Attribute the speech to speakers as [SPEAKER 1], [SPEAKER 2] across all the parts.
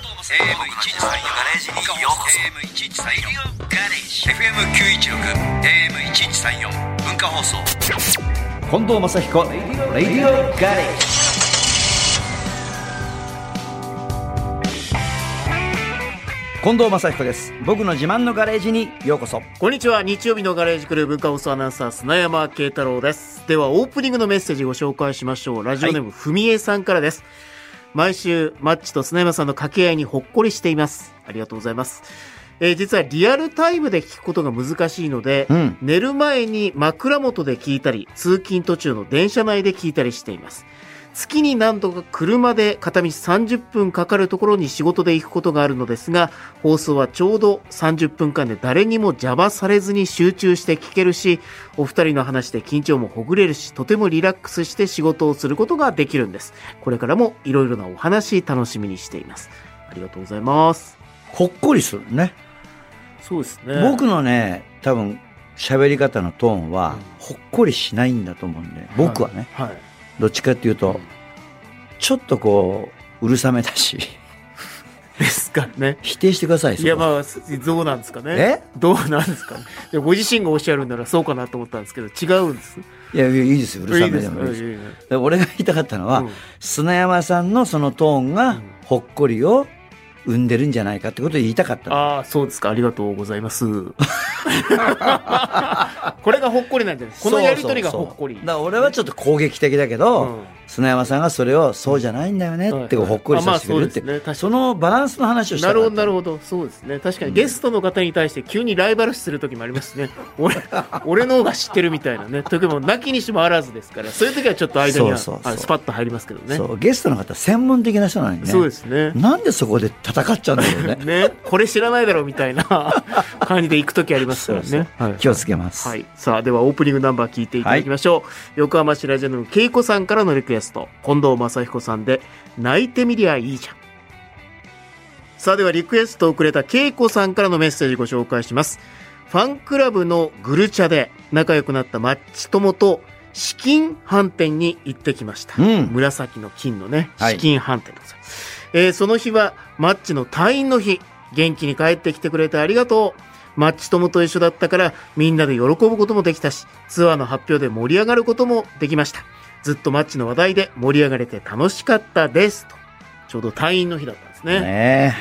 [SPEAKER 1] AM113 ガレージにようこそ AM113 ガレージ FM916 AM1134 文化放送
[SPEAKER 2] 近藤正彦レディオガレージ近藤正彦です僕の自慢のガレージにようこそ
[SPEAKER 3] こんにちは日曜日のガレージクルー文化放送アナウンサー砂山慶太郎ですではオープニングのメッセージご紹介しましょうラジオネームふみえさんからです、毎週マッチと砂山さんの掛け合いにほっこりしていますありがとうございますえー実はリアルタイムで聞くことが難しいので、
[SPEAKER 2] うん
[SPEAKER 3] 寝る前に枕元で聞いたり通勤途中の電車内で聞いたりしています月に何度か車で片道30分かかるところに仕事で行くことがあるのですが放送はちょうど30分間で誰にも邪魔されずに集中して聞けるしお二人の話で緊張もほぐれるしとてもリラックスして仕事をすることができるんですこれからもいろいろなお話楽しみにしていますありがとうございます
[SPEAKER 2] ほっこりするね、
[SPEAKER 3] そうです
[SPEAKER 2] 僕のね多分喋り方のトーンは、
[SPEAKER 3] うん
[SPEAKER 2] ほっこりしないんだと思うんで僕はね、
[SPEAKER 3] はい
[SPEAKER 2] どっちかっていうと、ちょっとこううるさめだし
[SPEAKER 3] ですからね
[SPEAKER 2] 否定してください
[SPEAKER 3] いや
[SPEAKER 2] あ
[SPEAKER 3] まあどうなんですかねどうなんですかねいやご自身がおっしゃるんならそうかなと思ったんですけど違うんです
[SPEAKER 2] いやいいですようるさめでもいいです
[SPEAKER 3] いいです
[SPEAKER 2] で俺が言いたかったのは、
[SPEAKER 3] うん
[SPEAKER 2] 砂山さんのそのトーン
[SPEAKER 3] う
[SPEAKER 2] が
[SPEAKER 3] ん
[SPEAKER 2] ほっこりを生んでるんじゃないかってことを言いたかったの
[SPEAKER 3] ああ、そうですか。ありがとうござ います。これがほっこりなんじゃないこのやりとりがほっこり。
[SPEAKER 2] そうそうそうだから俺はちょっと攻撃的だけど、
[SPEAKER 3] うん
[SPEAKER 2] 砂山さんがそれをそうじゃないんだよねってこう
[SPEAKER 3] はい
[SPEAKER 2] ほっこりさせてくれるって、
[SPEAKER 3] あまあそうですね確かに
[SPEAKER 2] そのバランスの話をした
[SPEAKER 3] なるほど、なる
[SPEAKER 2] ほ
[SPEAKER 3] ほど。そうですね。確かにゲストの方に対して急にライバル視する時もありますしね。俺、俺の方が知ってるみたいなね。時もなきにしもあらずですから、そういう時はちょっと間には
[SPEAKER 2] そうそうそう
[SPEAKER 3] あスパッと入りますけどね。
[SPEAKER 2] そうゲストの方専門的な人なのにね
[SPEAKER 3] そうですね。
[SPEAKER 2] なんでそこで戦っちゃうんだ ろうね
[SPEAKER 3] ね、これ知らないだろうみたいな 感じで行く時ありますか
[SPEAKER 2] そ
[SPEAKER 3] ら
[SPEAKER 2] う
[SPEAKER 3] ね。
[SPEAKER 2] そう
[SPEAKER 3] はい
[SPEAKER 2] 気をつけます、
[SPEAKER 3] はい。さあ、ではオープニングナンバー聞いていただきましょう。横浜市ラジオの恵子さんからのリクエスト。近藤正彦さんで、泣いてみりゃいいじゃん。さあ、ではリクエストをくれた恵子さんからのメッセージご紹介します。ファンクラブのグルチャで仲良くなったマッチ友と資金飯店に行ってきました。
[SPEAKER 2] うん
[SPEAKER 3] 紫の金のね、
[SPEAKER 2] はい
[SPEAKER 3] 資金飯店でございます、えーその日はマッチの退院の日。元気に帰ってきてくれてありがとう。マッチ友と一緒だったからみんなで喜ぶこともできたし、ツアーの発表で盛り上がることもできました。ずっとマッチの話題で盛り上がれて楽しかったです。と。ちょうど退院の日だったんですね。
[SPEAKER 2] ね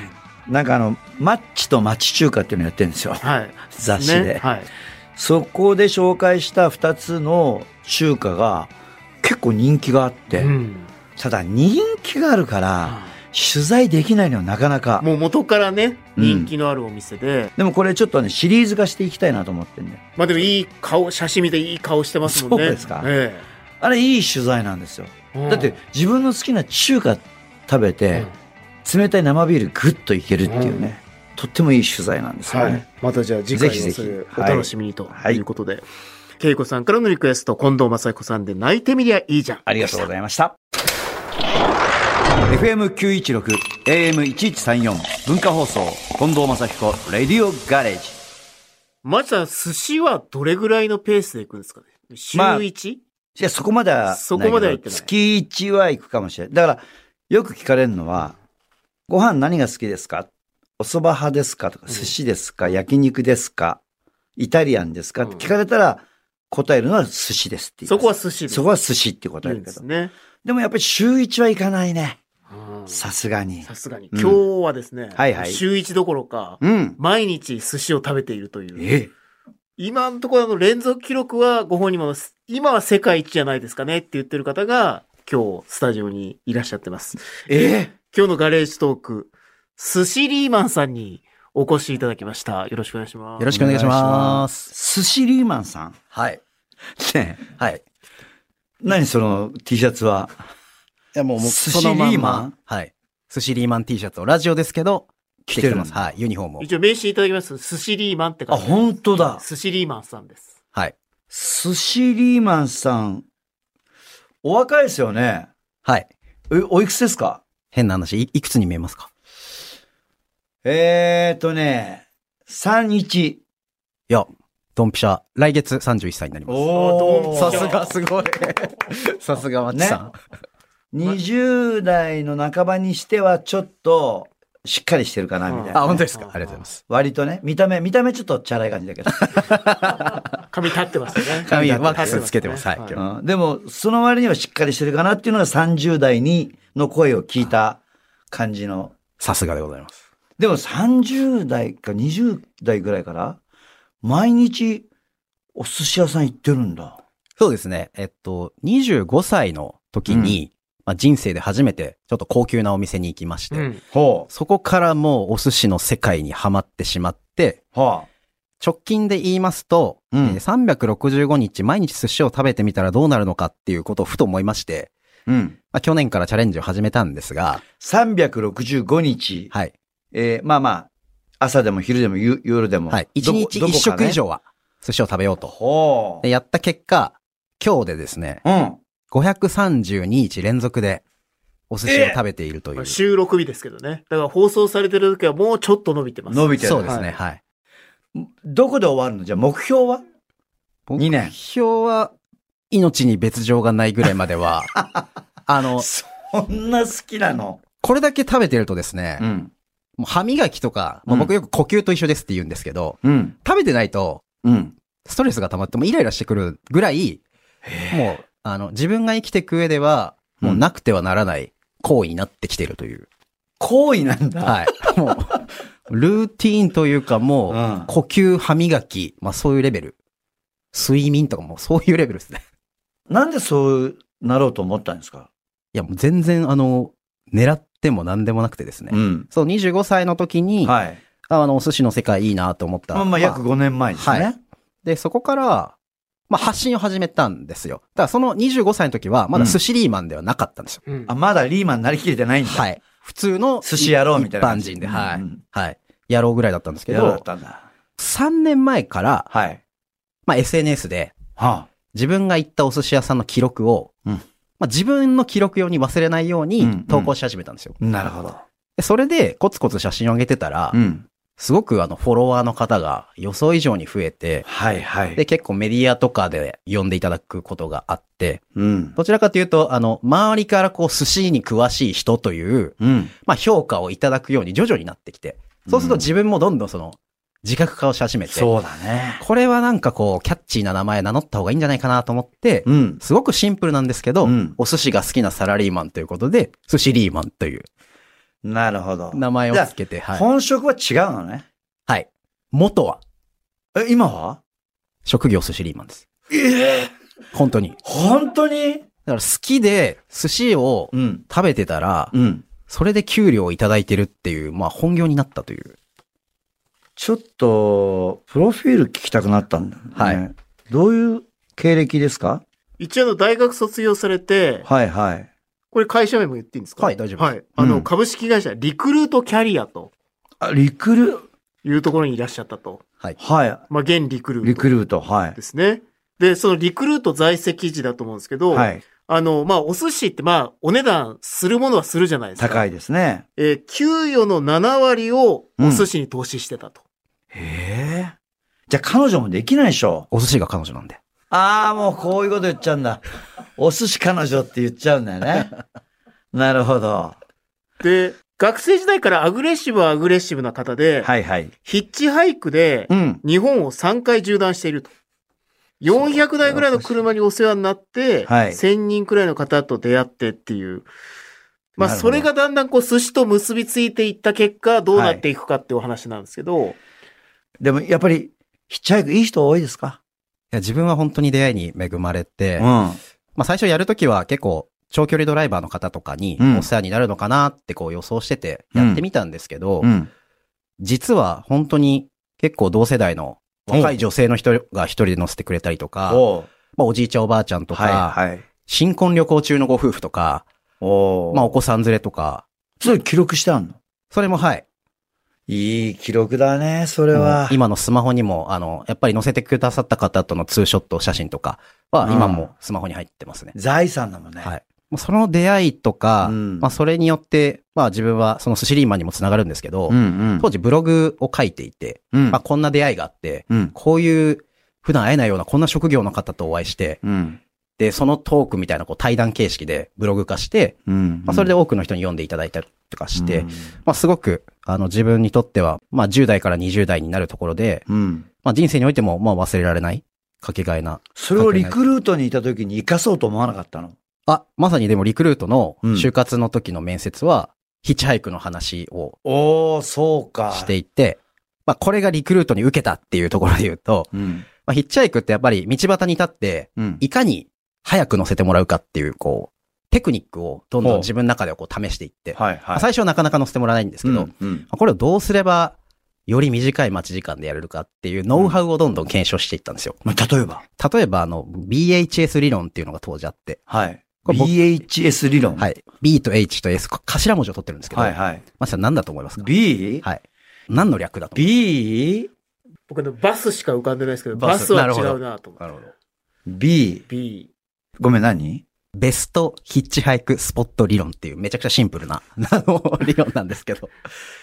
[SPEAKER 2] えなんかあのマッチと町中華っていうのやってるんですよ
[SPEAKER 3] はい。
[SPEAKER 2] 雑誌で、
[SPEAKER 3] ねはい。
[SPEAKER 2] そこで紹介した2つの中華が結構人気があって、
[SPEAKER 3] うん
[SPEAKER 2] ただ人気があるから取材できないのよなかなか
[SPEAKER 3] もう元からね、
[SPEAKER 2] うん
[SPEAKER 3] 人気のあるお店で、
[SPEAKER 2] でもこれちょっとねシリーズ化していきたいなと思ってんだよ
[SPEAKER 3] まあでもいい顔、写真見ていい顔してますもんね。
[SPEAKER 2] そうですか
[SPEAKER 3] え
[SPEAKER 2] あれいい取材なんですよ
[SPEAKER 3] え
[SPEAKER 2] だって、自分の好きな中華食べ
[SPEAKER 3] うん
[SPEAKER 2] て冷たい生ビールグッといけるっていうねとってもいい取材なんですよ
[SPEAKER 3] は
[SPEAKER 2] ね、
[SPEAKER 3] い。またじゃあ次回も
[SPEAKER 2] ぜひぜひ
[SPEAKER 3] それお
[SPEAKER 2] はい
[SPEAKER 3] 楽しみにと
[SPEAKER 2] はい
[SPEAKER 3] いうことで、恵子さんからのリクエスト、近藤正彦さんで泣いてみりゃいいじゃん。
[SPEAKER 2] ありがとうございました。FM916、AM1134、文化放送、近藤正彦、レディオガレージ。
[SPEAKER 3] まずは寿司はどれぐらいのペースで行くんですかね週
[SPEAKER 2] まあ
[SPEAKER 3] 1?、
[SPEAKER 2] いや、そこまではないけど、
[SPEAKER 3] そこまでは行ってない
[SPEAKER 2] 月1は行くかもしれない。だから、よく聞かれるのは、ご飯何が好きですかお蕎麦派ですかとか、
[SPEAKER 3] うん
[SPEAKER 2] 寿司ですか、焼肉ですかイタリアンですか、って聞かれたら、答えるのは寿司ですって言い
[SPEAKER 3] そ
[SPEAKER 2] ます
[SPEAKER 3] こは寿司で
[SPEAKER 2] そこは寿司って答え
[SPEAKER 3] 言う
[SPEAKER 2] る
[SPEAKER 3] ん
[SPEAKER 2] け
[SPEAKER 3] で
[SPEAKER 2] ど。で
[SPEAKER 3] すね。
[SPEAKER 2] もやっぱり週1は行かないね。
[SPEAKER 3] うん
[SPEAKER 2] さすがに。
[SPEAKER 3] さすがに。
[SPEAKER 2] うん
[SPEAKER 3] 今日はですね、
[SPEAKER 2] はいはい
[SPEAKER 3] 週1どころか、
[SPEAKER 2] うん。
[SPEAKER 3] 毎日寿司を食べているという。
[SPEAKER 2] え
[SPEAKER 3] 今のところの連続記録はご本人も、今は世界一じゃないですかねって言ってる方が、今日スタジオにいらっしゃってます。
[SPEAKER 2] ええ
[SPEAKER 3] 今日のガレージトーク、寿司リーマンさんにお越しいただきました。よろしくお願いします。
[SPEAKER 4] よろしくお願いします。
[SPEAKER 2] す。寿司リーマンさん。
[SPEAKER 4] はい。
[SPEAKER 2] ねえ
[SPEAKER 4] はい。
[SPEAKER 2] 何その T シャツは。
[SPEAKER 4] いやもう、もう
[SPEAKER 2] 寿司
[SPEAKER 4] そのまんま
[SPEAKER 2] リーマン
[SPEAKER 4] はい。寿司リーマン T シャツをラジオですけど、
[SPEAKER 2] 着
[SPEAKER 4] 着
[SPEAKER 2] て
[SPEAKER 4] て
[SPEAKER 2] る
[SPEAKER 4] きてます。はい。ユニフォームを。
[SPEAKER 3] 一応名刺いただきます。寿司リーマンって
[SPEAKER 2] あ、
[SPEAKER 3] 感じ。
[SPEAKER 2] 本当だ。
[SPEAKER 3] 寿司リーマンさんです。
[SPEAKER 4] はい。
[SPEAKER 2] 寿司リーマンさん。お若いですよね。
[SPEAKER 4] はい。
[SPEAKER 2] えおいくつですか
[SPEAKER 4] 変な話、いいくつに見えますか
[SPEAKER 2] えーとね、31。
[SPEAKER 4] いや、ドンピシャ、来月31歳になります。
[SPEAKER 3] おー
[SPEAKER 4] さすが、すごい。 さすが、マッチさん。
[SPEAKER 2] 20代の半ばにしてはちょっと、しっかりしてるかな、みたい
[SPEAKER 3] うん
[SPEAKER 2] な。
[SPEAKER 4] あ、本当ですか。ありがとうございます。
[SPEAKER 2] 割とね、見た目、見た目ちょっとチャラい感じだけど。
[SPEAKER 3] 髪立ってますよ ね。
[SPEAKER 4] 髪ワッ
[SPEAKER 3] 立ってま
[SPEAKER 4] ク
[SPEAKER 3] す
[SPEAKER 4] ス
[SPEAKER 3] ね
[SPEAKER 4] つけてます。はい。今日
[SPEAKER 2] うんでも、その割にはしっかりしてるかなっていうのが30代にの声を聞いた感じの。
[SPEAKER 4] さすがでございます。
[SPEAKER 2] でも30代か20代ぐらいから、毎日お寿司屋さん行ってるんだ。
[SPEAKER 4] そうですね。えっと、25歳の時に、まあ、人生で初めてちょっと高級なお店に行きまして、
[SPEAKER 3] うん。
[SPEAKER 2] ほ
[SPEAKER 4] そこからもうお寿司の世界にはまってしまって、
[SPEAKER 2] う。は
[SPEAKER 4] 直近で言いますと、
[SPEAKER 2] うん
[SPEAKER 4] えー365日毎日寿司を食べてみたらどうなるのかっていうことをふと思いまして、
[SPEAKER 2] あ。うん。
[SPEAKER 4] まあ、去年からチャレンジを始めたんですが、
[SPEAKER 2] 365日、
[SPEAKER 4] はい。
[SPEAKER 2] えーまあまあ、朝でも昼でもゆ夜でも。
[SPEAKER 4] はい。1
[SPEAKER 2] どこ
[SPEAKER 4] 日
[SPEAKER 2] どこか
[SPEAKER 4] 1食
[SPEAKER 2] ね
[SPEAKER 4] 以上は寿司を食べようと。
[SPEAKER 2] ほう
[SPEAKER 4] で。やった結果、今日でですね、
[SPEAKER 2] うん。
[SPEAKER 4] 532日連続でお寿司を食べているという。
[SPEAKER 3] 収録日ですけどね。だから放送されてる時はもうちょっと伸びてます。
[SPEAKER 2] 伸びてる。
[SPEAKER 4] そうですね、はい。
[SPEAKER 2] どこで終わるのじゃあ目標は二年
[SPEAKER 4] 目標は、命に別状がないぐらいまで は、あの、
[SPEAKER 2] そんな好きなの。
[SPEAKER 4] これだけ食べてるとですね、
[SPEAKER 2] ん。
[SPEAKER 4] もう歯磨きとか、まあ
[SPEAKER 2] うん
[SPEAKER 4] 僕よく呼吸と一緒ですって言うんですけど、
[SPEAKER 2] うん。
[SPEAKER 4] 食べてないと、
[SPEAKER 2] うん。
[SPEAKER 4] ストレスが溜まってもイライラしてくるぐらい、もう、あの、自分が生きていく上では、もうなくてはならない行為になってきてるという。
[SPEAKER 2] 行為なんだ。
[SPEAKER 4] はい。 もう、ルーティーンというかもう、
[SPEAKER 2] うん
[SPEAKER 4] 呼吸、歯磨き、まあそういうレベル。睡眠とかもそういうレベルですね。
[SPEAKER 2] なんでそうなろうと思ったんですか
[SPEAKER 4] いや、もう全然あの、狙っても何でもなくてですね。
[SPEAKER 2] ん。
[SPEAKER 4] そう、25歳の時に、
[SPEAKER 2] はい。
[SPEAKER 4] ああの、お寿司の世界いいなと思った。
[SPEAKER 2] まあまあ約5年前ですね。
[SPEAKER 4] はいで、そこから、まあ発信を始めたんですよ。ただその25歳の時は、まだ寿司リーマンではなかったんですよ。
[SPEAKER 3] うん
[SPEAKER 2] あ、まだリーマンになりきれてないんだ。。
[SPEAKER 4] はいい。普通の
[SPEAKER 2] 寿司野郎みたいな
[SPEAKER 4] 一
[SPEAKER 2] 感
[SPEAKER 4] 般
[SPEAKER 2] じ
[SPEAKER 4] 人で、はい。
[SPEAKER 2] うん
[SPEAKER 4] はい。やろうぐらいだったんですけ
[SPEAKER 2] やろうだっ
[SPEAKER 4] ど、
[SPEAKER 2] たんだ。
[SPEAKER 4] 3年前から、
[SPEAKER 2] はい。
[SPEAKER 4] まあ SNS で、
[SPEAKER 2] は
[SPEAKER 4] 自分が行ったお寿司屋さんの記録を、
[SPEAKER 2] うん
[SPEAKER 4] まあ、自分の記録用に忘れないよう
[SPEAKER 2] うんうん
[SPEAKER 4] に投稿し始めたんですよ。
[SPEAKER 2] あ。なるほど。
[SPEAKER 4] でそれでコツコツ写真を上げてたら、
[SPEAKER 2] ん。
[SPEAKER 4] すごくあのフォロワーの方が予想以上に増えて、
[SPEAKER 2] はいはい。
[SPEAKER 4] で、結構メディアとかで呼んでいただくことがあって、
[SPEAKER 2] うん。
[SPEAKER 4] どちらかというと、あの、周りからこう寿司に詳しい人という、
[SPEAKER 2] うん。
[SPEAKER 4] まあ評価をいただくように徐々になってきて、そうすると自分もどんどんその自覚化をし始めて、
[SPEAKER 2] そうだね。
[SPEAKER 4] これはなんかこうキャッチーな名前名乗った方がいいんじゃないかなと思って、
[SPEAKER 2] うん。
[SPEAKER 4] すごくシンプルなんですけど、
[SPEAKER 2] うん
[SPEAKER 4] お寿司が好きなサラリーマンということで、寿司リーマンという
[SPEAKER 2] なるほど。
[SPEAKER 4] 名前をつけて、はい。
[SPEAKER 2] 本職は違うのね。
[SPEAKER 4] はい。元は、
[SPEAKER 2] え、今は
[SPEAKER 4] 職業寿司リーマンです。
[SPEAKER 2] ええ。
[SPEAKER 4] 本当に。だ
[SPEAKER 2] 本当に
[SPEAKER 4] から好きで寿司を
[SPEAKER 2] ん。
[SPEAKER 4] 食べてたら、
[SPEAKER 2] うん。
[SPEAKER 4] それで給料をいただいてるっていう、まあ本業になったという。
[SPEAKER 2] ちょっと、プロフィール聞きたくなったんだ、ね。
[SPEAKER 4] はい。
[SPEAKER 2] どういう経歴ですか
[SPEAKER 3] 一応あの大学卒業されて、
[SPEAKER 2] はいはい。
[SPEAKER 3] これ会社名も言っていいんですか
[SPEAKER 4] はい大丈夫
[SPEAKER 3] はい。あの、
[SPEAKER 2] うん
[SPEAKER 3] 株式会社リクルートキャリアと
[SPEAKER 2] あ、リクル、
[SPEAKER 3] いうところにいらっしゃったと。
[SPEAKER 2] は
[SPEAKER 3] まあ、現リクル
[SPEAKER 2] い。リ
[SPEAKER 3] ート
[SPEAKER 2] クルート、はい
[SPEAKER 3] で。すね。で、そのリクルート在籍時だと思うんですけど、
[SPEAKER 2] はい。
[SPEAKER 3] あの、まあ、お寿司ってまあ、お値段するものはするじゃないですか。
[SPEAKER 2] 高いですね。
[SPEAKER 3] えー給与の7割をお寿司に投資してたと。
[SPEAKER 2] へえ。じゃあ彼女もできないでしょ。
[SPEAKER 4] お寿司が彼女なんで。
[SPEAKER 2] ああ、もうこういうこと言っちゃうんだ。お寿司彼女って言っちゃうんだよ ね。なるほど。
[SPEAKER 3] で、学生時代からアグレッシブはアグレッシブな方で、
[SPEAKER 2] はいはい。
[SPEAKER 3] ヒッチハイクで
[SPEAKER 2] うん。
[SPEAKER 3] 日本を3回縦断していると。400台ぐらいの車にお世話になって、
[SPEAKER 2] はい
[SPEAKER 3] 1000人くらいの方と出会ってっていう。まあ、
[SPEAKER 2] なるほ
[SPEAKER 3] そ
[SPEAKER 2] ど
[SPEAKER 3] れがだんだんこう、寿司と結びついていった結果、どうなっていくかっていうお話なんですけど、
[SPEAKER 2] でもやっぱり、ヒッチハイクいい人多いですか
[SPEAKER 4] いや自分は本当に出会いに恵まれて、
[SPEAKER 2] うん。
[SPEAKER 4] ま
[SPEAKER 2] は
[SPEAKER 4] あ最初やるときは結構長距離ドライバーの方とかに
[SPEAKER 2] うん
[SPEAKER 4] お世話になるのかなってこう予想しててやってみたんですけど、
[SPEAKER 2] うん。
[SPEAKER 4] 実は本当に結構同世代の若い女性の人が一人で乗せてくれたりとか、
[SPEAKER 2] おう
[SPEAKER 4] まあ、おじいちゃんおばあちゃんとか、
[SPEAKER 2] はいはい。
[SPEAKER 4] 新婚旅行中のご夫婦とか、
[SPEAKER 2] おま
[SPEAKER 4] まあ、
[SPEAKER 2] あ
[SPEAKER 4] お、子さん連れとか、
[SPEAKER 2] それ記録してあんの
[SPEAKER 4] それもはい。
[SPEAKER 2] いい記録だね、それは。
[SPEAKER 4] 今のスマホにも、あの、やっぱり載せてくださった方とのツーショット写真とかは
[SPEAKER 2] うん
[SPEAKER 4] 今もスマホに入ってますね。
[SPEAKER 2] 財産だもんね。
[SPEAKER 4] はい。もうその出会いとか、
[SPEAKER 2] うん
[SPEAKER 4] まあそれによって、まあ自分はその寿司リーマンにもつながるんですけど、
[SPEAKER 2] うんうん。
[SPEAKER 4] 当時ブログを書いていて、
[SPEAKER 2] うん
[SPEAKER 4] まあこんな出会いがあって、
[SPEAKER 2] うん。
[SPEAKER 4] こういう普段会えないようなこんな職業の方とお会いして、
[SPEAKER 2] うん。
[SPEAKER 4] で、そのトークみたいなこう対談形式でブログ化して、
[SPEAKER 2] うん
[SPEAKER 4] まあ、それで
[SPEAKER 2] で
[SPEAKER 4] 多くの人に読んでいただいたりとかして、まあ、すごく、あの、自分にとっては、まあ、10代から20代になるところで、
[SPEAKER 2] うん。
[SPEAKER 4] まあ、人生においても、まあ、忘れられない、かけがえな。
[SPEAKER 2] それをリクルートにいた時に生かそうと思わなかったの。
[SPEAKER 4] あ、まさにでも、リクルートの、
[SPEAKER 2] うん
[SPEAKER 4] 就活の時の面接は、ヒッチハイクの話を
[SPEAKER 2] おー、そうか。
[SPEAKER 4] していって、まあ、これがリクルートに受けたっていうところで言うと、
[SPEAKER 2] うん。
[SPEAKER 4] まあ、ヒッチハイクってやっぱり道端に立って、
[SPEAKER 2] うん。
[SPEAKER 4] いかに早く乗せてもらうかっていう、こう、テクニックをどんどん自分の中でこう試していって、
[SPEAKER 2] はいは
[SPEAKER 4] まあ
[SPEAKER 2] い。
[SPEAKER 4] 最初はなかなか乗せてもらえないんですけど、ま
[SPEAKER 2] うんうん
[SPEAKER 4] あこれをどうすれば、より短い待ち時間でやれるかっていうノウハウをどんどん検証していったんですよ。
[SPEAKER 2] まあ、例えば。
[SPEAKER 4] 例えば、あの、BHS 理論っていうのが当時あって、
[SPEAKER 2] はい。
[SPEAKER 4] これ僕
[SPEAKER 2] BHS 理論。。
[SPEAKER 4] はいい。B と H と S、こ頭文字を取ってるんですけど、
[SPEAKER 2] はいはい。
[SPEAKER 4] まさに何だと思いますか
[SPEAKER 2] B?
[SPEAKER 4] はい。何の略だと思い
[SPEAKER 2] B?
[SPEAKER 3] 僕のバスしか浮かんでないですけど、
[SPEAKER 4] バ
[SPEAKER 3] バ
[SPEAKER 4] ス
[SPEAKER 3] スは違うなと思って。
[SPEAKER 4] ますかなるほど。
[SPEAKER 2] B?
[SPEAKER 3] B。
[SPEAKER 2] ごめん、何
[SPEAKER 4] ベストヒッチハイクスポット理論っていうめちゃくちゃシンプルな、 あの、理論なんですけど。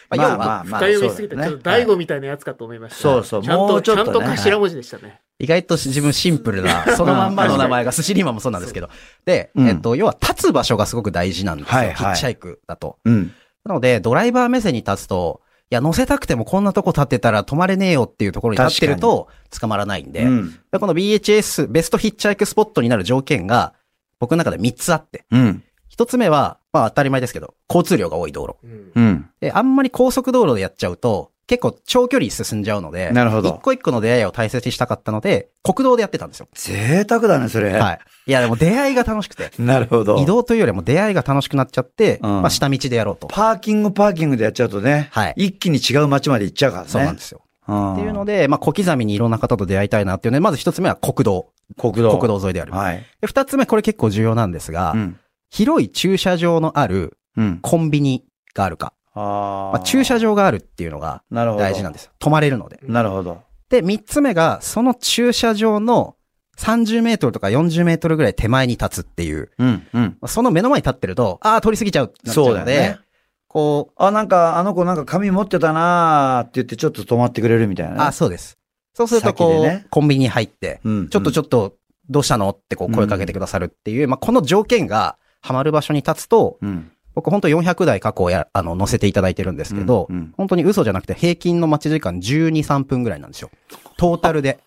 [SPEAKER 4] まあ、要は、
[SPEAKER 2] あ
[SPEAKER 3] 深読みすぎて、
[SPEAKER 2] そうだ
[SPEAKER 3] ち
[SPEAKER 2] ね
[SPEAKER 3] ょっと大悟みたいなやつかと思いました。
[SPEAKER 2] そうそう
[SPEAKER 3] ちゃん
[SPEAKER 2] も
[SPEAKER 3] と、
[SPEAKER 2] うち
[SPEAKER 3] ち
[SPEAKER 2] ょっと
[SPEAKER 3] ゃん
[SPEAKER 2] ね
[SPEAKER 3] と頭文字でしたね。
[SPEAKER 4] 意外と自分シンプルな、 そのまんまの名前が寿司リーマンもそうなんですけど。で、
[SPEAKER 2] うん
[SPEAKER 4] えっと、要は立つ場所がすごく大事なんですよ。
[SPEAKER 2] はいはい
[SPEAKER 4] ヒッチハイクだと。
[SPEAKER 2] うん。
[SPEAKER 4] なので、ドライバー目線に立つと、いや、乗せたくてもこんなとこ立ってたら止まれねえよっていうところに立ってると、捕まらないんで。
[SPEAKER 2] うん。
[SPEAKER 4] でこの BHS、ベストヒッチハイクスポットになる条件が、僕の中で3つあって。
[SPEAKER 2] うん。
[SPEAKER 4] 1つ目は、まあ当たり前ですけど、交通量が多い道路。
[SPEAKER 3] うん
[SPEAKER 2] うん。
[SPEAKER 4] で、あんまり高速道路でやっちゃうと、結構長距離進んじゃうので、
[SPEAKER 2] なるほど
[SPEAKER 4] 一個一個の出会いを大切にしたかったので、国道でやってたんですよ。
[SPEAKER 2] 贅沢だね、それ。
[SPEAKER 4] はい。いや、でも出会いが楽しく て。
[SPEAKER 2] なるほど。
[SPEAKER 4] 移動というよりも出会いが楽しくなっちゃって、
[SPEAKER 2] うん
[SPEAKER 4] まあ下道でやろうと。
[SPEAKER 2] パーキングパーキングでやっちゃうとね、
[SPEAKER 4] はい
[SPEAKER 2] 一気に違う街まで行っちゃうからね。
[SPEAKER 4] そうなんですよ。
[SPEAKER 2] ん
[SPEAKER 4] っていうので、まあ小刻みにいろんな方と出会いたいなっていうので、まず一つ目は国道。
[SPEAKER 2] 国道。
[SPEAKER 4] 国道沿いである。
[SPEAKER 2] はい。
[SPEAKER 4] で二つ目、これ結構重要なんですが、
[SPEAKER 2] うん。
[SPEAKER 4] 広い駐車場のある
[SPEAKER 2] うん。
[SPEAKER 4] コンビニがあるか、
[SPEAKER 2] あ
[SPEAKER 4] まあ、駐車場があるっていうのが
[SPEAKER 2] なるほど。
[SPEAKER 4] 大事なんですよ。止まれるので。
[SPEAKER 2] なるほど。
[SPEAKER 4] で、三つ目が、その駐車場の30メートルとか40メートルぐらい手前に立つっていう。
[SPEAKER 2] うん。うん。
[SPEAKER 4] その目の前に立ってると、ああ、通り過ぎちゃうってなっちゃ
[SPEAKER 2] そう
[SPEAKER 4] う
[SPEAKER 2] だよ
[SPEAKER 4] ので、
[SPEAKER 2] ね。
[SPEAKER 4] こ
[SPEAKER 2] あ、なんか、あの子なんか紙持ってたなーって言ってちょっと止まってくれるみたいな
[SPEAKER 4] う、
[SPEAKER 2] ね。
[SPEAKER 4] あそうです。そうすると、こ
[SPEAKER 2] 先
[SPEAKER 4] う、
[SPEAKER 2] でね
[SPEAKER 4] コンビニに入って、
[SPEAKER 2] うん。
[SPEAKER 4] ちょっとちょ
[SPEAKER 2] っ
[SPEAKER 4] っと、どうしたのってこう声かけてくださるっていう、まあ、この条件が、ハマる場所に立つ
[SPEAKER 2] と。
[SPEAKER 4] と、
[SPEAKER 2] うん。
[SPEAKER 4] 僕本当400台過去をや、あの、乗せていただいてるんですけど、
[SPEAKER 2] うんうん
[SPEAKER 4] 本当に嘘じゃなくて平均の待ち時間12、3分ぐらいなんですよ。トータルで。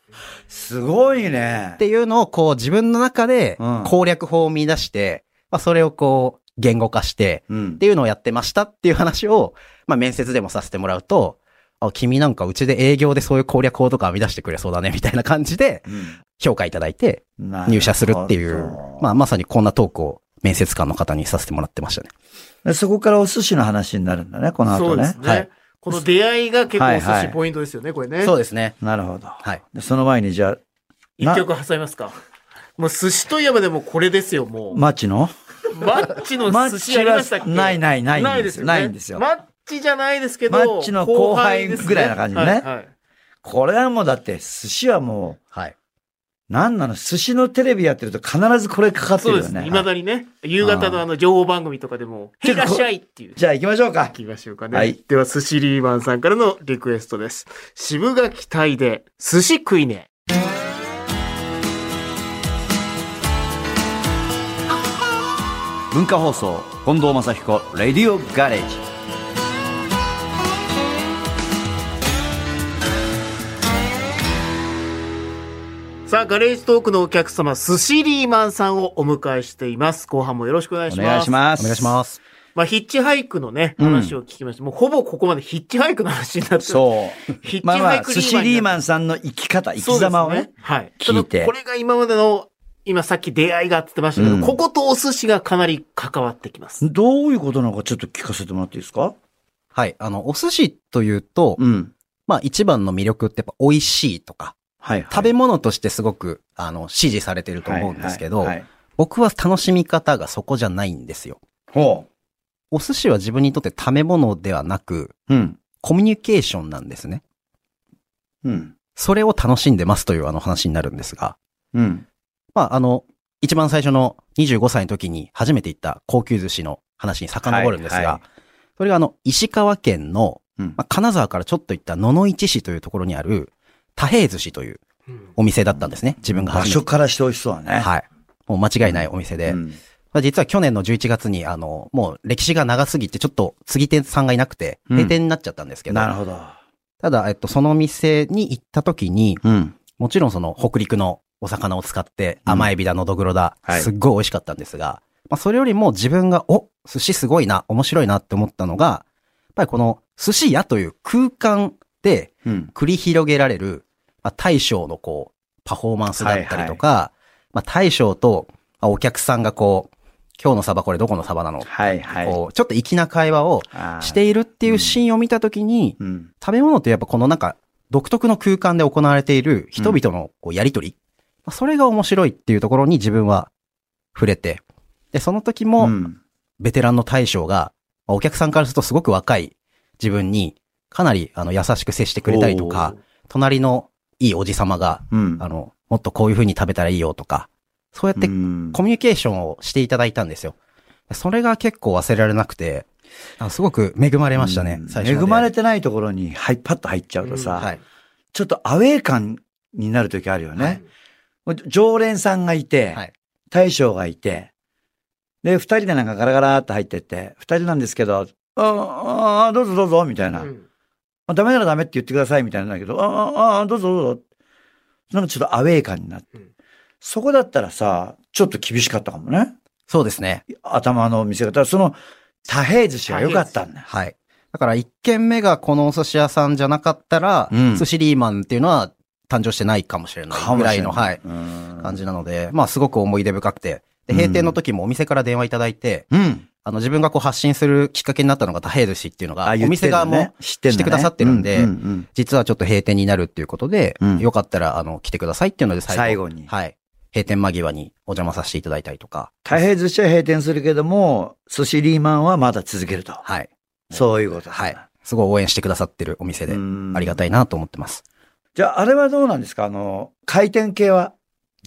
[SPEAKER 2] すごいね
[SPEAKER 4] っ。ていうのをこう自分の中で
[SPEAKER 2] うん
[SPEAKER 4] 攻略法を見出して、まあそれをこう言語化して
[SPEAKER 2] うん
[SPEAKER 4] っていうのをやってましたっていう話を、まあ面接でもさせてもらうと、あ君なんかうちで営業でそういう攻略法とか編み出してくれそうだねみたいな感じで評価いただいて
[SPEAKER 2] うん
[SPEAKER 4] 入社するってい
[SPEAKER 2] なるほ、
[SPEAKER 4] う
[SPEAKER 2] ど
[SPEAKER 4] まあまさにこんなトークを面接官の方にさせてもらってましたね。
[SPEAKER 2] でそこからお寿司の話になるんだね、この
[SPEAKER 3] そ
[SPEAKER 2] 後
[SPEAKER 3] うで
[SPEAKER 2] ね
[SPEAKER 3] す。ね。
[SPEAKER 4] はい
[SPEAKER 3] この出会いが結
[SPEAKER 2] はい
[SPEAKER 3] 構お
[SPEAKER 2] はい
[SPEAKER 3] 寿司ポイントですよね、これね。
[SPEAKER 4] そうですね。
[SPEAKER 2] なるほど。
[SPEAKER 4] はい。
[SPEAKER 2] でその前にじゃあ、
[SPEAKER 3] 一曲挟みますか。もう寿司といえばでもこれですよ、もう。
[SPEAKER 2] マッチの
[SPEAKER 3] マッチの寿司ありましたっけ
[SPEAKER 2] マッチはないないないんです
[SPEAKER 3] ないですよ、ね。
[SPEAKER 2] ないんですよ
[SPEAKER 3] マッチじゃないですけど。
[SPEAKER 2] マッチの後輩
[SPEAKER 3] です
[SPEAKER 2] ぐらいな感じね
[SPEAKER 3] はいはい
[SPEAKER 2] これはもうだって、寿司はもう、
[SPEAKER 4] はい。
[SPEAKER 2] なんなの寿司のテレビやってると必ずこれかかって
[SPEAKER 3] そう
[SPEAKER 2] る
[SPEAKER 3] で
[SPEAKER 2] よ
[SPEAKER 3] す
[SPEAKER 2] ね。
[SPEAKER 3] ね。未だにね、夕方のあの情報番組とかでも、
[SPEAKER 2] ちょ
[SPEAKER 3] い
[SPEAKER 2] っと
[SPEAKER 3] らっしゃいっていう。
[SPEAKER 2] じゃあ行きましょうか
[SPEAKER 3] い。きましょうかね。
[SPEAKER 2] はい
[SPEAKER 3] では、寿司リーマンさんからのリクエストです。渋垣隊で、寿司食いね。
[SPEAKER 2] 文化放送、近藤正彦、レディオガレージ。
[SPEAKER 3] さあ、ガレージトークのお客様、寿司リーマンさんをお迎えしています。後半もよろしくお願いし
[SPEAKER 2] お
[SPEAKER 3] ます。
[SPEAKER 2] 願いします。
[SPEAKER 4] お願いします。
[SPEAKER 3] まあ、ヒッチハイクのね、
[SPEAKER 2] うん
[SPEAKER 3] 話を聞きました。もうほぼここまでヒッチハイクの話になってう。
[SPEAKER 2] そう。
[SPEAKER 3] ヒッチ
[SPEAKER 2] まあま
[SPEAKER 3] ハイ
[SPEAKER 2] あ、
[SPEAKER 3] ク
[SPEAKER 2] 寿司リーマ
[SPEAKER 3] ン
[SPEAKER 2] ンさんの生き方、生
[SPEAKER 3] そ
[SPEAKER 2] き
[SPEAKER 3] うです
[SPEAKER 2] 様をね。。
[SPEAKER 3] はい。
[SPEAKER 2] 聞いて
[SPEAKER 3] ただこれが今までの、今さっき出会いがって言ってましたけど、
[SPEAKER 2] うん
[SPEAKER 3] こことお寿司がかなり関わってきます。
[SPEAKER 2] どういうことなのかちょっと聞かせてもらっていいですか
[SPEAKER 4] はい。あの、お寿司というと、
[SPEAKER 2] うん。
[SPEAKER 4] まあ一番の魅力ってやっぱ美味しいとか、
[SPEAKER 2] はい、はい。
[SPEAKER 4] 食べ物としてすごく、あの、支持されてると思うんですけど、
[SPEAKER 2] はいはいはい
[SPEAKER 4] 僕は楽しみ方がそこじゃないんですよ。
[SPEAKER 2] ほ
[SPEAKER 4] お寿司は自分にとって食べ物ではなく、
[SPEAKER 2] う。うん。
[SPEAKER 4] コミュニケーションなんですね。
[SPEAKER 2] うん。
[SPEAKER 4] それを楽しんでますというあの話になるんですが、
[SPEAKER 2] うん。
[SPEAKER 4] まああの、一番最初の25歳の時に初めて行った高級寿司の話に遡るんですが、
[SPEAKER 2] はいはい
[SPEAKER 4] それがあの、石川県の、
[SPEAKER 2] うん
[SPEAKER 4] まあ、金沢からちょっと行った野々市市というところにある、多平寿司という
[SPEAKER 3] うん
[SPEAKER 4] お店だったんですね。自分が
[SPEAKER 2] 場
[SPEAKER 4] 初めて
[SPEAKER 2] 所からして美味しそうだね。
[SPEAKER 4] はい。もう間違いないお店で、
[SPEAKER 2] うん
[SPEAKER 4] まあ実は去年の11月に、あの、もう歴史が長すぎて、ちょっと継ぎ手さんがいなくて、
[SPEAKER 2] うん
[SPEAKER 4] 閉店になっちゃったんですけど、
[SPEAKER 2] なるほど。
[SPEAKER 4] ただ、えっと、その店に行った時に、
[SPEAKER 2] うん。
[SPEAKER 4] もちろんその北陸のお魚を使って甘エビだ、のどぐろだ
[SPEAKER 2] はい、
[SPEAKER 4] すっごい美味しかったんですが、まあそれよりも自分が、お、寿司すごいな、面白いなって思ったのが、やっぱりこの寿司屋という空間で
[SPEAKER 2] うん。
[SPEAKER 4] 繰り広げられる、まあ大将のこう、パフォーマンスだったりとか、まあ大将とまあお客さんがこう、今日のサバこれどこのサバなの、
[SPEAKER 2] はいはい。
[SPEAKER 4] こう、ちょっと粋な会話を
[SPEAKER 2] あー
[SPEAKER 4] しているっていうシーンを見たときに、
[SPEAKER 2] うん。
[SPEAKER 4] 食べ物ってやっぱこのなんか独特の空間で行われている人々のこうやりとり、まあそれが面白いっていうところに自分は触れて、で、その時
[SPEAKER 2] う
[SPEAKER 4] も
[SPEAKER 2] ん。
[SPEAKER 4] ベテランの大将が、まあお客さんからするとすごく若い自分にかなりあの優しく接してくれたりとか、隣のいいおじ様が、
[SPEAKER 2] うん。
[SPEAKER 4] あの、もっとこういう風に食べたらいいよとか、そうやって
[SPEAKER 2] うん
[SPEAKER 4] コミュニケーションをしていただいたんですよ。それが結構忘れられなくて、あすごく恵まれましたね
[SPEAKER 2] う、ん
[SPEAKER 4] 最初
[SPEAKER 2] 恵
[SPEAKER 4] の出会い
[SPEAKER 2] まれてないところに、はい、パッと入っちゃうとさ、
[SPEAKER 4] はい。
[SPEAKER 2] ちょっとアウェー感になる時あるよね。
[SPEAKER 4] はい
[SPEAKER 2] 常連さんがいて、
[SPEAKER 4] はい
[SPEAKER 2] 大将がいて、で、二人でなんかガラガラーって入ってって、二人なんですけど、あああ、どうぞどうぞ、みたいな。あダメならダメって言ってください、みたいなんだけど、ああ、あどうぞどうぞ。なんかちょっとアウェー感になって。
[SPEAKER 3] うん
[SPEAKER 2] そこだったらさ、ちょっと厳しかったかもね。
[SPEAKER 4] そうですね。
[SPEAKER 2] 頭の見せ方。その、多平寿司は良かったんだよ。
[SPEAKER 4] はい。だから一軒目がこのお寿司屋さんじゃなかったら、
[SPEAKER 2] うん
[SPEAKER 4] 寿司リーマンっていうのは誕生してないかもしれないぐらいの、はい、
[SPEAKER 2] 感
[SPEAKER 4] 感。じなので、まあすごく思い出深くて。で、閉店の時もお店から電話いただいて、
[SPEAKER 2] うん。
[SPEAKER 4] あの自分がこう発信するきっかけになったのが多平寿司っていうのが、
[SPEAKER 2] あ
[SPEAKER 4] お店側も、
[SPEAKER 2] 知ってんだね
[SPEAKER 4] してくださってるんで
[SPEAKER 2] ううん
[SPEAKER 4] 実はちょっと閉店になるっていうことで、
[SPEAKER 2] うん
[SPEAKER 4] よかったらあの来てくださいっていうので最後
[SPEAKER 2] 最後に
[SPEAKER 4] はい。閉店間際にお邪魔させていただいたりとか、
[SPEAKER 2] 太平寿司は閉店するけども、寿司リーマンはまだ続けると。
[SPEAKER 4] はい。
[SPEAKER 2] そういうこと。
[SPEAKER 4] はい。すごい応援してくださってるお店で、ありが
[SPEAKER 2] い。
[SPEAKER 4] たいなと思ってます。
[SPEAKER 2] じゃあ、あれはどうなんですかあの、回転系は、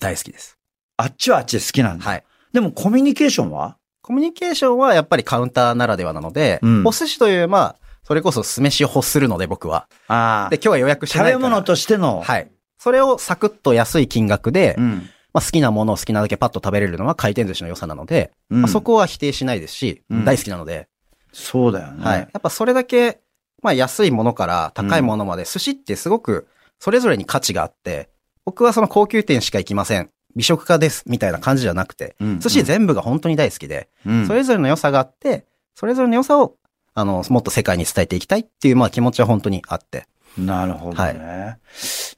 [SPEAKER 4] 大好きです。
[SPEAKER 2] あっちはあっちで好きなんだ。
[SPEAKER 4] はい。
[SPEAKER 2] でもコミュニケーションは
[SPEAKER 4] コミュニケーションはやっぱりカウンターならではなので、
[SPEAKER 2] うん
[SPEAKER 4] お寿司という、まあ、それこそ酢飯を欲するので僕は。
[SPEAKER 2] あ
[SPEAKER 4] で、今日は予約して
[SPEAKER 2] 食
[SPEAKER 4] ない
[SPEAKER 2] べ
[SPEAKER 4] から。
[SPEAKER 2] 物としての。
[SPEAKER 4] はい。それをサクッと安い金額で、
[SPEAKER 2] うん。
[SPEAKER 4] まあ好きなものを好きなだけパッと食べれるのは回転寿司の良さなので、
[SPEAKER 2] うん
[SPEAKER 4] まあそ。こは否定しないですし、
[SPEAKER 2] うん
[SPEAKER 4] 大好きなので、
[SPEAKER 2] そうだよね。
[SPEAKER 4] はい。やっぱそれだけ、まあ安いものから高いものまで、寿司ってすごくそれぞれに価値があって、僕はその高級店しか行きません。美食家です。みたいな感じじゃなくて、
[SPEAKER 2] うん
[SPEAKER 4] 寿司全部が本当に大好きで、
[SPEAKER 2] うん
[SPEAKER 4] それぞれの良さがあって、それぞれの良さを、あの、もっと世界に伝えていきたいっていう、まあ気持ちは本当にあって。
[SPEAKER 2] なるほどね。
[SPEAKER 4] はい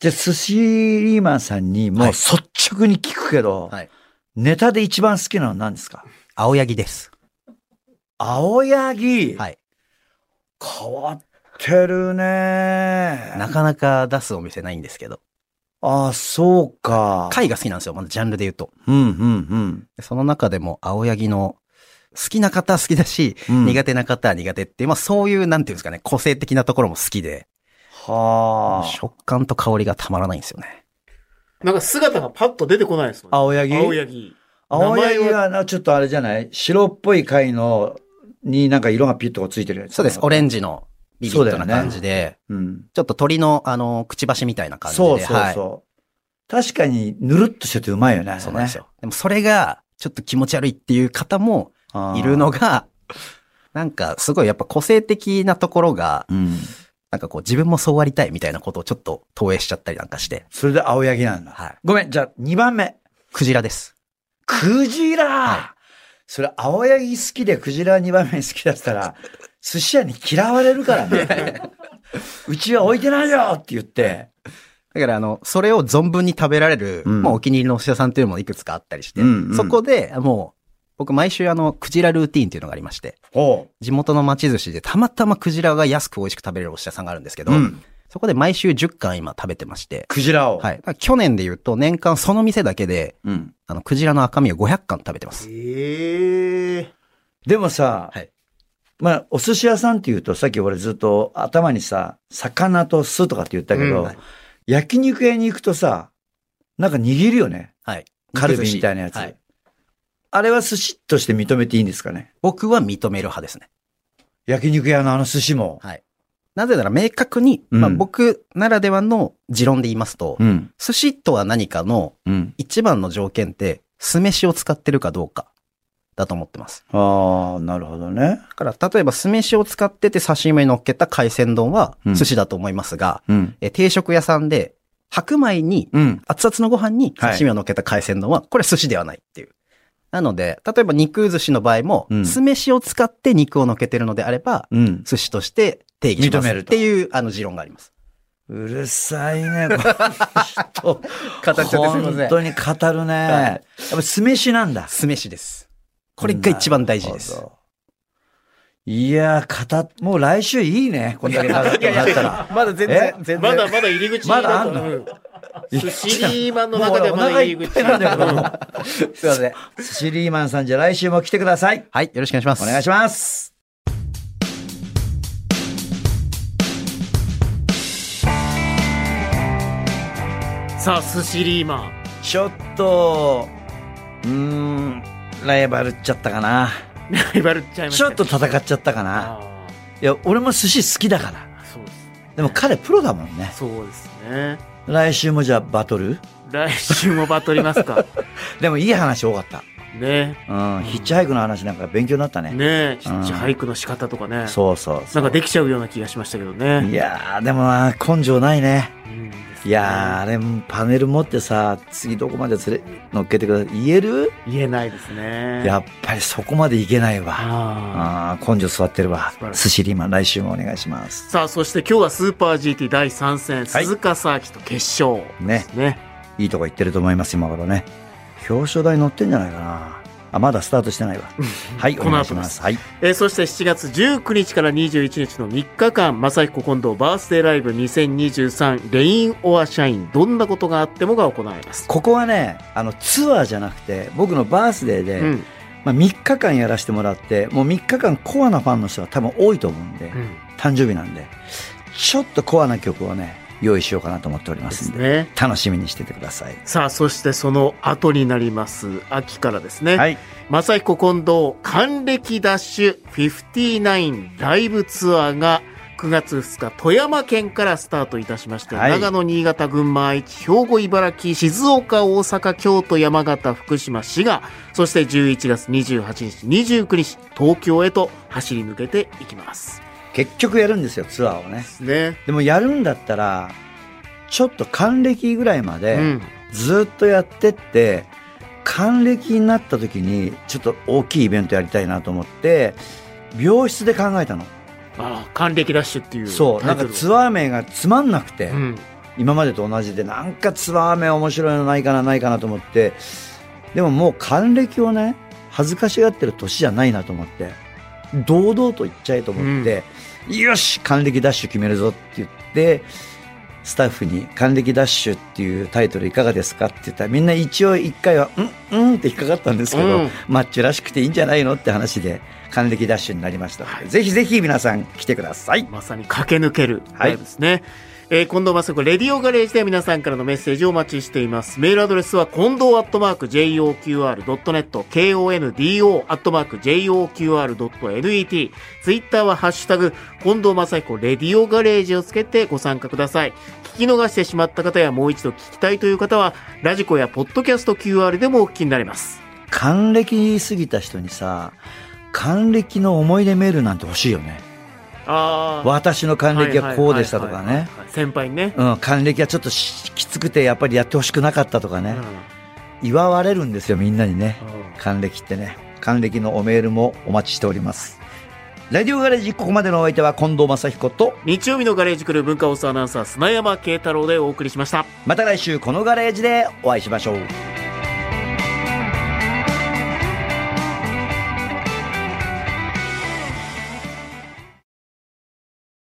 [SPEAKER 2] じゃあ、寿司リーマンさんにもう
[SPEAKER 4] はい
[SPEAKER 2] 率直に聞くけど、
[SPEAKER 4] はい
[SPEAKER 2] ネタで一番好きなのは何ですか
[SPEAKER 4] 青柳です。
[SPEAKER 2] 青柳。
[SPEAKER 4] はい。
[SPEAKER 2] 変わってるね。
[SPEAKER 4] なかなか出すお店ないんですけど。
[SPEAKER 2] ああ、そうか。
[SPEAKER 4] 貝が好きなんですよ。まずジャンルで言うと。
[SPEAKER 2] うん、うん、
[SPEAKER 4] その中でも青柳の、好きな方は好きだし、
[SPEAKER 2] うん。
[SPEAKER 4] 苦手な方は苦手っていう、まあそういう、なんていうんですかね、個性的なところも好きで、
[SPEAKER 2] はあ。
[SPEAKER 4] 食感と香りがたまらないんですよね。
[SPEAKER 3] なんか姿がパッと出てこないですもんね。
[SPEAKER 2] 青柳
[SPEAKER 3] 青柳。
[SPEAKER 2] 青
[SPEAKER 3] 名
[SPEAKER 2] 柳
[SPEAKER 3] 前は
[SPEAKER 2] はな、ちょっとあれじゃない白っぽい貝の、になんか色がピッとこうついてるやつ。
[SPEAKER 4] そうです。オレンジのビビットな感
[SPEAKER 2] そ
[SPEAKER 4] じで、
[SPEAKER 2] うん。
[SPEAKER 4] ちょっと鳥の、あの、くちばしみたいな感じで。
[SPEAKER 2] そうそう
[SPEAKER 4] はい
[SPEAKER 2] そう。確かに、ぬるっとしててうまいよね。あれね
[SPEAKER 4] そうなんですよ。でもそれが、ちょっと気持ち悪いっていう方もいる。
[SPEAKER 2] あ
[SPEAKER 4] のが、なんかすごいやっぱ個性的なところが
[SPEAKER 2] ー、うん。
[SPEAKER 4] なんかこう自分もそうありたいみたいなことをちょっと投影しちゃったりなんかして、
[SPEAKER 2] それで青柳なんだ。
[SPEAKER 4] はい。
[SPEAKER 2] ごめん、じゃあ2番目。
[SPEAKER 4] クジラです。
[SPEAKER 2] クジラ、
[SPEAKER 4] は
[SPEAKER 2] それ、青柳好きでクジラ2番目好きだった ら、寿司屋に嫌われるから ね。うちは置いてないよって言って。
[SPEAKER 4] だからあの、それを存分に食べられる、
[SPEAKER 2] うん
[SPEAKER 4] まあお気に入りのお寿司屋さんっていうのもいくつかあったりして、
[SPEAKER 2] うんうん
[SPEAKER 4] そこでもう、僕毎週あの、クジラルーティーンっていうのがありまして、
[SPEAKER 2] ほ
[SPEAKER 4] 地元の町寿司でたまたまクジラが安く美味しく食べれるお寿司屋さんがあるんですけ
[SPEAKER 2] う。
[SPEAKER 4] ど、
[SPEAKER 2] うん。
[SPEAKER 4] そこで毎週10巻今食べてまして、
[SPEAKER 2] クジラを。
[SPEAKER 4] はい。だから去年で言うと年間その店だけで
[SPEAKER 2] うん。
[SPEAKER 4] あの、クジラの赤身を500貫食べてます。
[SPEAKER 3] ええ
[SPEAKER 2] でもさ、
[SPEAKER 4] はい
[SPEAKER 2] まあ、お寿司屋さんっていうと、さっき俺ずっと頭にさ、魚と酢とかって言ったけど、
[SPEAKER 3] うんはい
[SPEAKER 2] 焼肉屋に行くとさ、なんか握るよね。
[SPEAKER 4] はい。
[SPEAKER 2] カルビみたいなやつ。
[SPEAKER 4] はい
[SPEAKER 2] あれは寿司として認めていいんですかね
[SPEAKER 4] 僕は認める派ですね。
[SPEAKER 2] 焼肉屋のあの寿司も。
[SPEAKER 4] はい。なぜなら明確に、
[SPEAKER 2] うん
[SPEAKER 4] まあ僕ならではの持論で言いますと、
[SPEAKER 2] うん。
[SPEAKER 4] 寿司とは何かの
[SPEAKER 2] うん。
[SPEAKER 4] 一番の条件って、酢飯を使ってるかどうかだと思ってます。
[SPEAKER 2] ああ、なるほどね。
[SPEAKER 4] だから、例えば酢飯を使ってて刺身に乗っけた海鮮丼は
[SPEAKER 2] うん
[SPEAKER 4] 寿司だと思いますが、
[SPEAKER 2] うん。
[SPEAKER 4] え定食屋さんで白米に
[SPEAKER 2] うん。
[SPEAKER 4] 熱々のご飯に刺身を乗っけた海鮮丼は、これ寿司ではないっていう。なので、例えば肉寿司の場合も
[SPEAKER 2] う、ん
[SPEAKER 4] 酢飯を使って肉を乗っけてるのであれば、
[SPEAKER 2] うん。
[SPEAKER 4] 寿司として定義しま
[SPEAKER 2] 認
[SPEAKER 4] す
[SPEAKER 2] める
[SPEAKER 4] っ
[SPEAKER 2] と
[SPEAKER 4] ていう、あの、持論があります。
[SPEAKER 2] うるさい ね、この人。
[SPEAKER 4] 語っちゃってすいませ
[SPEAKER 2] 本
[SPEAKER 4] ん。
[SPEAKER 2] 当に語るね。
[SPEAKER 4] い
[SPEAKER 2] やっぱ酢飯なんだ。
[SPEAKER 4] 酢飯です。これが一番大事です
[SPEAKER 2] なる。ほど。いやー、語っ、もう来週いいね。こんだけ語ってもらったら。
[SPEAKER 4] まだ全
[SPEAKER 2] 然
[SPEAKER 4] 全然
[SPEAKER 3] まだまだ入り口
[SPEAKER 2] まだあんの
[SPEAKER 3] うん
[SPEAKER 2] いや
[SPEAKER 3] 寿司リーマンの中ではまだ入り口。
[SPEAKER 2] もう俺お腹いっぱいなんだ
[SPEAKER 4] すいませ
[SPEAKER 2] け
[SPEAKER 4] ん。
[SPEAKER 2] ど。寿司リーマンさんじゃ来週も来てください。
[SPEAKER 4] はい、よろしくお願いします。
[SPEAKER 2] お願いします。
[SPEAKER 3] さあ、寿司リーマン。
[SPEAKER 2] ちょっと、うーん、ライバルっちゃったかな。
[SPEAKER 3] ライバルっちゃいま し
[SPEAKER 2] ち
[SPEAKER 3] た
[SPEAKER 2] ょっ
[SPEAKER 3] ね
[SPEAKER 2] と戦っちゃったかな。
[SPEAKER 3] あ
[SPEAKER 2] いや、俺も寿司好きだから。
[SPEAKER 3] ーそうです。
[SPEAKER 2] でも彼プロだもんね。
[SPEAKER 3] そうですね。
[SPEAKER 2] 来週もじゃあバトル
[SPEAKER 3] 来週もバトります か。
[SPEAKER 2] でもいい話多かった。
[SPEAKER 3] ね
[SPEAKER 2] うん、ヒッチハイクの話なんか勉強になったね。
[SPEAKER 3] ねえ、ヒ
[SPEAKER 2] うん
[SPEAKER 3] ッチハイクの仕方とかね。
[SPEAKER 2] そうそうそう
[SPEAKER 3] なんかできちゃうような気がしましたけどね。
[SPEAKER 2] いやー、でもな、根性ないね。
[SPEAKER 3] うんですね
[SPEAKER 2] いやー、あれ、パネル持ってさ、次どこまで連れ、乗っけてください。言える
[SPEAKER 3] 言えないですね。
[SPEAKER 2] やっぱりそこまでいけないわ。
[SPEAKER 3] あ
[SPEAKER 2] あ
[SPEAKER 3] ー
[SPEAKER 2] ー根性座ってるわ
[SPEAKER 3] 素晴。らしい
[SPEAKER 2] 寿司リーマン、来週もお願いします。
[SPEAKER 3] さあ、そして今日はスーパー GT 第3戦、
[SPEAKER 2] はい
[SPEAKER 3] 鈴鹿サーキット決勝
[SPEAKER 2] ね
[SPEAKER 3] で、すね。
[SPEAKER 2] いいとこ行ってると思います、今頃ね。表彰台乗ってんじゃないかな。あ、まだスタートしてないわ。はい、お
[SPEAKER 3] こ
[SPEAKER 2] 願
[SPEAKER 3] の
[SPEAKER 2] いし
[SPEAKER 3] 後で
[SPEAKER 2] ま
[SPEAKER 3] す
[SPEAKER 2] す。はい。
[SPEAKER 3] えーそして7月19日から21日の3日間、正彦近藤バースデーライブ2023レインオアシャイン、どんなことがあってもが行われます。
[SPEAKER 2] ここはね、あの、ツアーじゃなくて、僕のバースデーで、
[SPEAKER 3] うん。
[SPEAKER 2] まあ、3日間やらせてもらって、もう3日間コアなファンの人は多分多いと思うんで、
[SPEAKER 3] うん
[SPEAKER 2] 誕生日なんで、ちょっとコアな曲をね、用意しようかなと思っておりま
[SPEAKER 3] ですす
[SPEAKER 2] んで、
[SPEAKER 3] ね。
[SPEAKER 2] 楽しみにしててください。
[SPEAKER 3] さあ、そしてその後になります、秋からですね。
[SPEAKER 2] はい。
[SPEAKER 3] 正彦近藤還暦ダッシュ59ライブツアーが9月2日富山県からスタートいたしまして、
[SPEAKER 2] はい
[SPEAKER 3] 長野、新潟、群馬、愛知、兵庫、茨城、静岡、大阪、京都、山形、福島、滋賀、そして11月28日、29日、東京へと走り抜けていきます。
[SPEAKER 2] 結局やるんですよ、ツアーをね
[SPEAKER 3] で。すね。
[SPEAKER 2] でもやるんだったら、ちょっと還暦ぐらいま
[SPEAKER 3] う
[SPEAKER 2] で、
[SPEAKER 3] ん。
[SPEAKER 2] ずっとやってって、還暦になった時に、ちょっと大きいイベントやりたいなと思って、病室で考えたの。
[SPEAKER 3] ああ、還暦ダッシュっていう
[SPEAKER 2] そう、
[SPEAKER 3] タ
[SPEAKER 2] な
[SPEAKER 3] イ
[SPEAKER 2] ん
[SPEAKER 3] ト
[SPEAKER 2] か
[SPEAKER 3] ルを。
[SPEAKER 2] ツアー名がつまんなくて、
[SPEAKER 3] うん。
[SPEAKER 2] 今までと同じでなんかツアー名面白いのないかなないかなと思ってでももう還暦をね恥ずかしがってる年じゃないなと思って堂々と言っちゃえと思って、よし還暦ダッシュ決めるぞって言ってスタッフに「還暦ダッシュ」っていうタイトルいかがですかって言ったらみんな一応一回は「うんうん」って引っかかったんですけど、
[SPEAKER 3] うん
[SPEAKER 2] マッチらしくていいんじゃないのって話で還暦ダッシュになりました、ぜひぜひ皆さん来てください
[SPEAKER 3] まさに駆け抜けるライブですね。えー近藤正子、レディオガレージでは皆さんからのメッセージをお待ちしています。メールアドレスは、近藤アットマーク JOQR.net、KONDO アットマーク JOQR.net、ツイッターはハッシュタグ、近藤正彦レディオガレージをつけてご参加ください。聞き逃してしまった方やもう一度聞きたいという方は、ラジコやポッドキャスト QR でもお聞きになれます。
[SPEAKER 2] 還暦過ぎた人にさ還暦の思い出メールなんて欲しいよね
[SPEAKER 3] あー
[SPEAKER 2] 私の還暦はこうでしたとか
[SPEAKER 3] はいは
[SPEAKER 2] ね
[SPEAKER 3] いはいはい先輩にね。
[SPEAKER 2] うん還暦はちょっとしきつくてやっぱりやってほしくなかったとかね、祝われるんですよみんなにね
[SPEAKER 3] うんうん
[SPEAKER 2] 還暦ってね還暦のおメールもお待ちしておりますラジオガレージここまでのお相手は近藤正彦と
[SPEAKER 3] 日曜日のガレージクルー文化放送アナウンサー砂山慶太郎でお送りしました
[SPEAKER 2] また来週このガレージでお会いしましょう